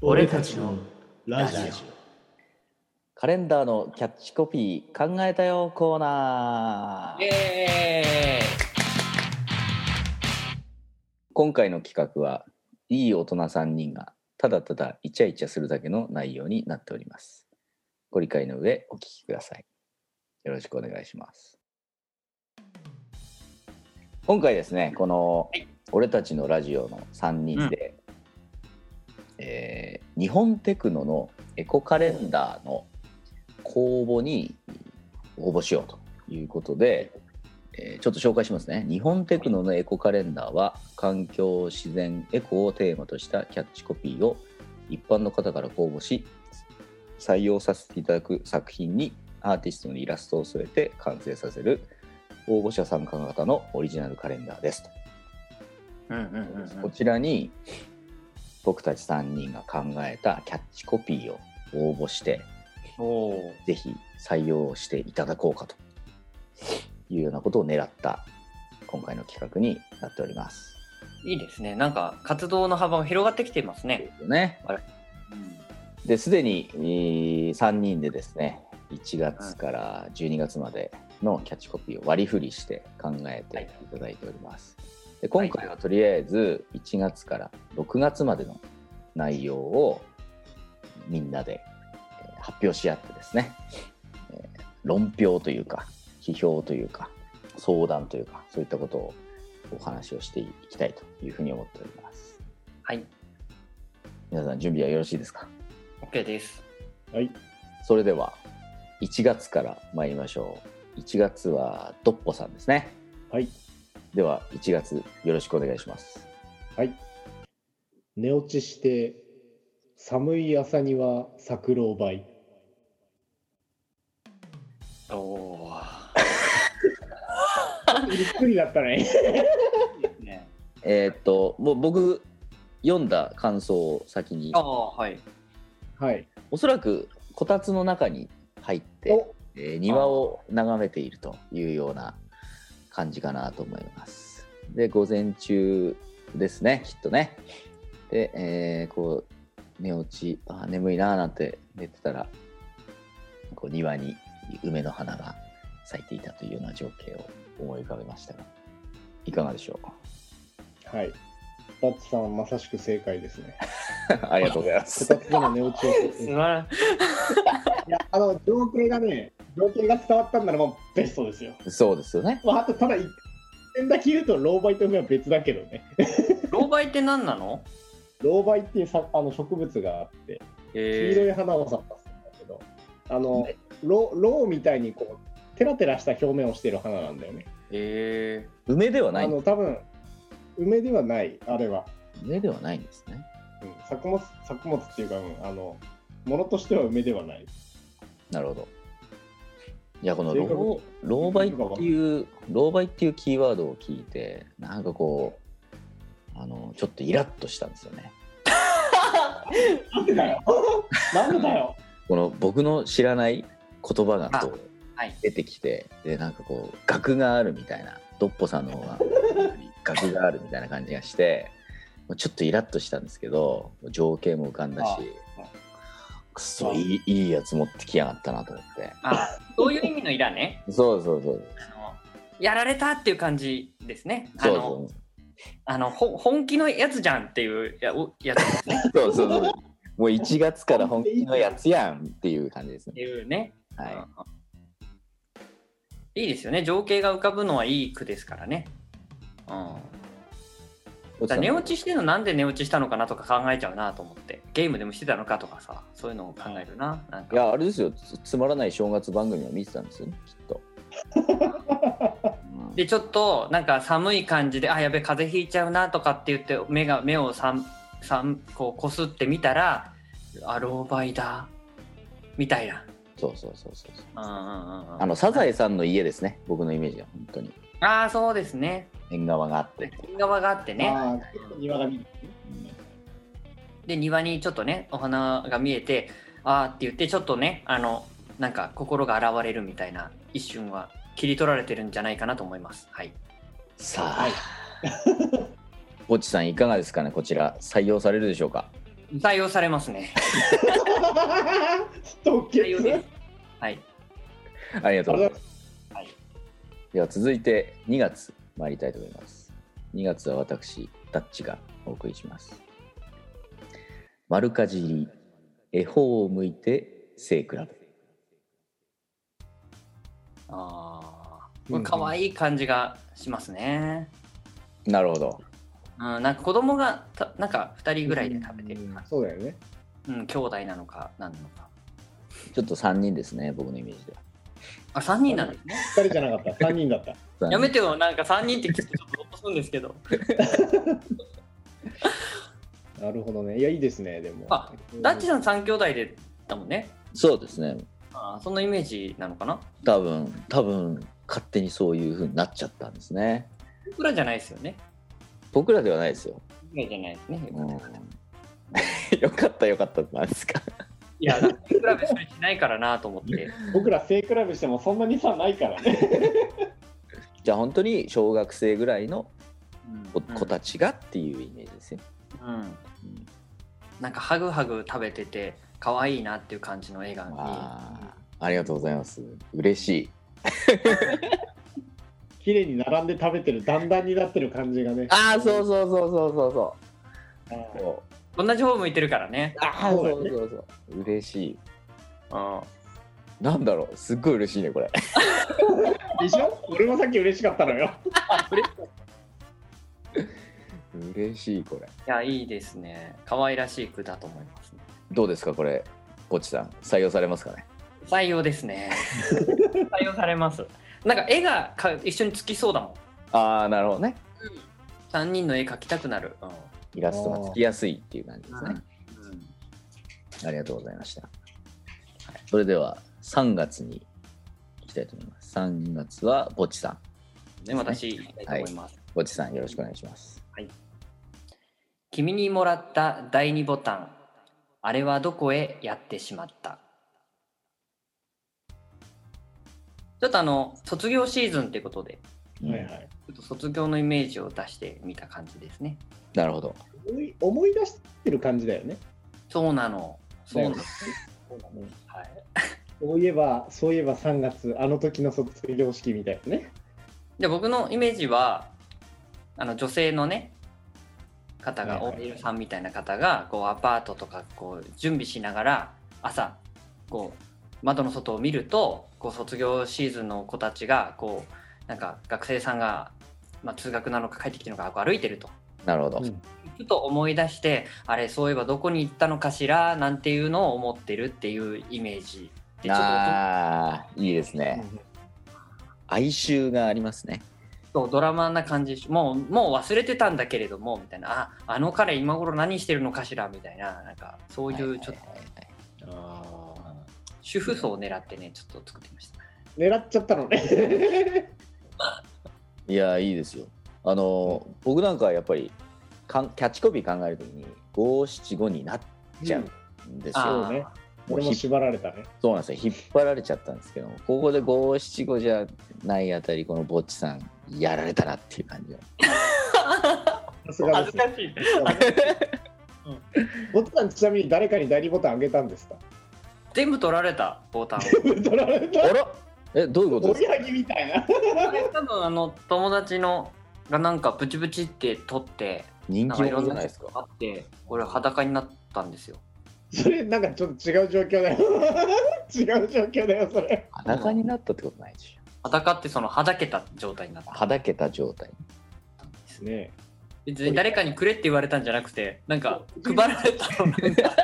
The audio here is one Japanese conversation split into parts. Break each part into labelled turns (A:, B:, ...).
A: 俺たちのラジオ
B: カレンダーのキャッチコピー考えたよコーナー
C: え
B: 今回の企画はいい大人3人がただただイチャイチャするだけの内容になっておりますご理解の上お聞きくださいよろしくお願いします今回ですねこの
C: はい
B: 「俺たちのラジオ」の3人で、えー日本テクノのエコカレンダーの公募に応募しようということで、えーちょっと紹介しますね日本テクノのエコカレンダーは環境自然エコをテーマとしたキャッチコピーを一般の方から公募し採用させていただく作品にアーティストのイラストを添えて完成させる応募者参加型のオリジナルカレンダーですと
C: うんうんうんう
B: こ
C: ん
B: ちらに僕たち3人が考えたキャッチコピーを応募して
C: おー
B: ぜひ採用していただこうかというようなことを狙った今回の企画になっております。
C: いいですねなんか活動の幅も広がってきていますね、
B: ね、
C: うん
B: で、すでに、えー3人でですね、1月から12月までのキャッチコピーを割り振りして考えていただいております。で今回はとりあえず1月から6月までの内容をみんなでえー発表し合ってですね、えー論評というか、批評というか、相談というか、そういったことをお話をしていきたいというふうに思っております。
C: はい
B: 皆さん準備はよろしいですか
C: OK です
A: はい
B: それでは1月から参りましょう1月はドッポさんですね
A: はい
B: では1月よろしくお願いします
A: はい寝落ちして寒い朝には桜を倍
C: おお
A: ゆっくりだったね
C: ね
B: えーっともう僕読んだ感想を先に
C: ああはい
A: はい
B: おそらくこたつの中に入って、
A: お
B: えー庭を眺めているというような感じかなと思いますで午前中ですねきっとねで、えーこう寝落ちあー眠いなーなんて寝てたらこう庭に梅の花が咲いていたというような情景を思い浮かべましたがいかがでしょう
A: はいタッチさんはまさしく正解ですね
B: ありがとうございま
A: こ
B: す
A: たつでの寝落ちを
C: 素晴らしい
A: いやあの情景がね情景が伝わったんならもうベストですよ
B: そうですよね
A: まあ、あとただ一点だけ言うと、ロウバイと梅は別だけどね。
C: 老媒って何なの
A: ロウバイっていうさあの植物があって、黄色
C: え
A: い花を咲かすんだけど、あの、ロウロウみたいにこう、テラテラした表面をしてる花なんだよね。
C: ええ
B: 梅ではな
A: あ
B: いんで
A: の、多分梅ではない、あれは。
B: す梅ではないんですね
A: うん、作物、作物っていうか、うんあの、ものとしては梅ではない。
B: なるほど。いやこの
A: 正確
B: 老老媒っていう老媒っていうキーワードを聞いてなんかこうあのちょっとイラッとしたんですよね。
A: なんでだよ なんでだよ
B: この僕の知らない言葉が
C: あ
B: こう
C: はい
B: 出てきてでなんかこう額があるみたいなドッポさんの方が額があるみたいな感じがしてもうちょっとイラッとしたんですけど情景も浮かんだし
C: ああ
B: くそいいいいやつ持ってきやがったなと思って
C: あそういう意味のいらね
B: そうそうそう
C: あのやられたっていう感じですねあ
B: そう
C: の
B: そう
C: あのほ本気のやつじゃんっていうやおやつですね
B: そうそうそう。もう1月から本気のやつやんっていう感じです
C: っ
B: ね。
C: ていうね
B: はい。
C: い、いですよね情景が浮かぶのはいい句ですからね、うん、だから寝落ちしてるのなんで寝落ちしたのかなとか考えちゃうなと思ってゲームでもしてたのかとかさそういうのを考えるななん
B: い
C: か
B: や、あれですよつ。つまらない正月番組を見てたんですよ、きっと。うん
C: でちょっとなんか寒い感じであやべ風邪ひいちゃうなとかって言って目が目をさんさんこうこすってみたらあ老媒だみたいな、
B: そうそうそうそうそう。
C: うんうんうんうん、
B: あの、サザエさんの家ですね、僕のイメージは、本当に。
C: ああそうですね
B: 縁側があって。
C: 縁側があってね
A: あーちょっと庭が見る。
C: で庭にちょっとねお花が見えてあーって言ってちょっとねあのなんか心が洗われるみたいな一瞬は切り取られてるんじゃないかなと思いますはい
B: さ
A: はい
B: あ、ポチさん、いかがですかね、こちら、採用されるでしょうか。
C: 採用されますね。
A: ストッケ
C: 採用
A: ツ
C: です。はい。
B: ありがとうございます。
C: はい
B: では続いて2月参りたいと思います。2月は私、ダッチがお送りします。丸かじり、恵方を向いて背比べ。
C: ああ。これ可愛い感じがしますね。
B: なるほど。
C: うん、なんか子供がたなんか2人ぐらいで食べてる感じ、
A: そうだよね。
C: うん、兄弟なのか何なのか
B: ちょっと3人ですね、僕のイメージでは。
C: あ3人なんですね
A: 2人じゃなかった、3人だった。
B: 三人
C: やめてよなんか3人って聞くとちょっと落とすんですけど
A: なるほどね。いや、いいですね、でも。
C: あダッチさん3兄弟でだもんね
B: そうですね。
C: あーそのイメージなのかな
B: 多分、多分、勝手にそういう風になっちゃったんですね。
C: 僕らじゃないですよね
B: 僕らではないですよ。
C: 僕らじゃないですね
B: うんよかったよかったなんですか。
C: いやだって比べそれしないからなと思って
A: 僕ら背比べしてもそんなに差ないからね。
B: じゃあ本当に小学生ぐらいの子
C: うん
B: 子たちがっていうイメージですよ。
C: うん
B: うん
C: なんかハグハグ食べてて可愛いなっていう感じの映画に
B: あーありがとうございます。嬉しい。
A: 綺麗に並んで食べてる、だんだんになってる感じがね。
B: ああ、そうそうそうそうそうそ
A: あ
B: う。
A: ー
B: こう
C: 同じ方向いてるからね
B: ああ、
A: そ
B: そう
A: だ
B: う
A: よね
B: そうそう。嬉しい。
C: うん
B: なんだろう、すっごい嬉しいね、これ。
A: でしょ俺もさっき嬉しかったのよ。
B: 嬉しい、これ。
C: いや、いいですね。可愛らしい句だと思いますね。
B: どうですか、これ。ポチさん、採用されますかね。
C: 採用です ね。採用されます。なんか絵がか一緒につきそうだもん。
B: ああ、なるほどね。
C: 3人の絵描きたくなる。
B: イラストがつきやすいっていう感じですね。
C: うん。
B: ありがとうございました。それでは3月に行きたいと思います。3月はぼっちさん。
C: で、私、行きたいと思います。
B: ぼっちさんよろしくお願いします。
C: 君にもらった第2ボタン。あれはどこへやってしまった。ちょっとあの、卒業シーズンってことで、
B: うん
A: はいはい
C: ちょっと卒業のイメージを出してみた感じですね。
B: なるほど。
A: 思い。思い出してる感じだよね。
C: そうなの。そうなの。
A: そうだね
C: はい
A: そういえば、そういえば3月、あの時の卒業式みたいなね。
C: で僕のイメージはあの女性のね方
A: は
C: が
A: いは
C: オ
A: いはい
C: ールさんみたいな方がこうアパートとかこう準備しながら朝こう窓の外を見るとこう卒業シーズンの子たちがこうなんか学生さんが、まあ、通学なのか帰ってきてるのかこう歩いてると。
B: なるほど。
A: うん
C: ふと思い出してあれそういえばどこに行ったのかしらなんていうのを思ってるっていうイメージでちょっと大
B: ああ、いいですね。哀愁がありますね。
C: そうドラマな感じしもうもう忘れてたんだけれどもみたいなああの彼今頃何してるのかしらみたいななんかそういうちょっと
B: はいはいはい
A: あ
C: 主婦層を狙ってねちょっと作ってみました
A: ー狙っちゃったのね。
B: いや、いいですよ。あの、僕なんかはやっぱりかんキャッチコピー考えるときに五七五になっちゃうんです
C: あ
B: よ。
A: そうね。
B: もう
A: 俺
B: 引
A: も
B: っ
A: 縛られたね。
B: そうなんですよ引っ張られちゃったんですけどもここで五七五じゃないあたりこのぼっちさんやられたなっていう感じが
A: さすがですね。
C: しい
A: ボタンちなみに誰かに第二ボタンあげたんですか
C: 全部取られたボタンを
A: 取られ
B: あ
A: た
B: らえどういうこと
A: お
B: ですか
A: やぎみたいな。
C: これ多分あの友達のがなんかブチブチって取って
B: 人
C: なん
B: 気
C: かい
B: 者
C: ろん
B: じゃな
C: な
B: い
C: の
B: ですか
C: があって俺裸になったんですよ
A: それなんかちょっと違う状況だよ。 違う状況だよ、それ。
B: 裸になったってことないでしょ
C: 裸ってそのはだけた状態になった
B: はだけた状態
C: んです
A: ね
C: 別に誰かにくれって言われたんじゃなくてなんか配られたのなん か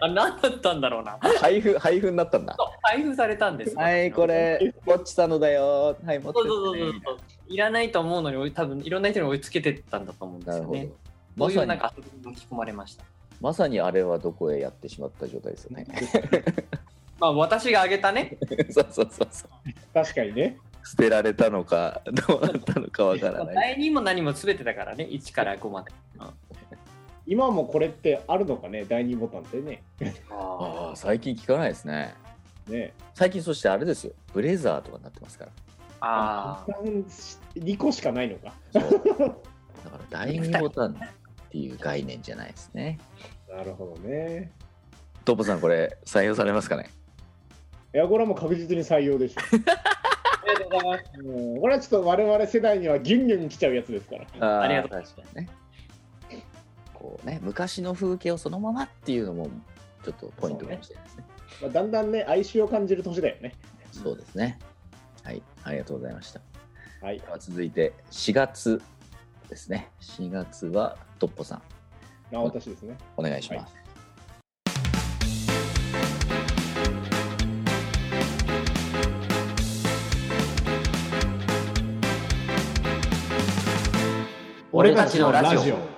C: あ何だったんだろうな
B: 配布配布になったんだ
C: 配布されたんですよ
B: はいこれぼっちさんのだよはい持って
C: そ
B: っ
C: うそう
B: て
C: そう
B: ね
C: そういらないと思うのに追い多分いろんな人に追いつけてったんだと思うんです
B: なる
C: よ
B: ほ
C: ね
B: どま
C: そういう
B: さ
C: なん
B: に
C: か遊びに巻き込まれました
B: まさにあれはどこへやってしまった状態ですよね
C: まあ私があげたね
B: そうそうそうそう
A: 確かにね。
B: 捨てられたの かどうなったのかわからない
C: 第2も何も全てだからね1から5まで
A: 今もこれってあるのかね、第二ボタンってね。
B: ああ最近聞かないですね
A: ね
B: 最近そしてあれですよブレザーとかになってますから
C: あー
A: 2個しかないのか。
B: そうだから第2ボタンっていう概念じゃないですね
A: ななるほどね。
B: トッポさんこれ採用されますかね
A: いや、これはもう確実に採用でしょ。
C: ありがとうございます。
A: うんこれはちょっと我々世代にはギュンギュン来ちゃうやつですから。
B: あ
C: ありがとう
B: ございますねこうね昔の風景をそのままっていうのもちょっとポイントかもしれないですね
A: まあ、だんだんね、哀愁を感じる年だよね。
B: そう
C: ね
B: ですねはいありがとうございました
A: はい
B: で。は続いて4月ですね4月はトッポさん
A: まあ、私ですね。
B: お願いします、
C: 俺たちのラジオ。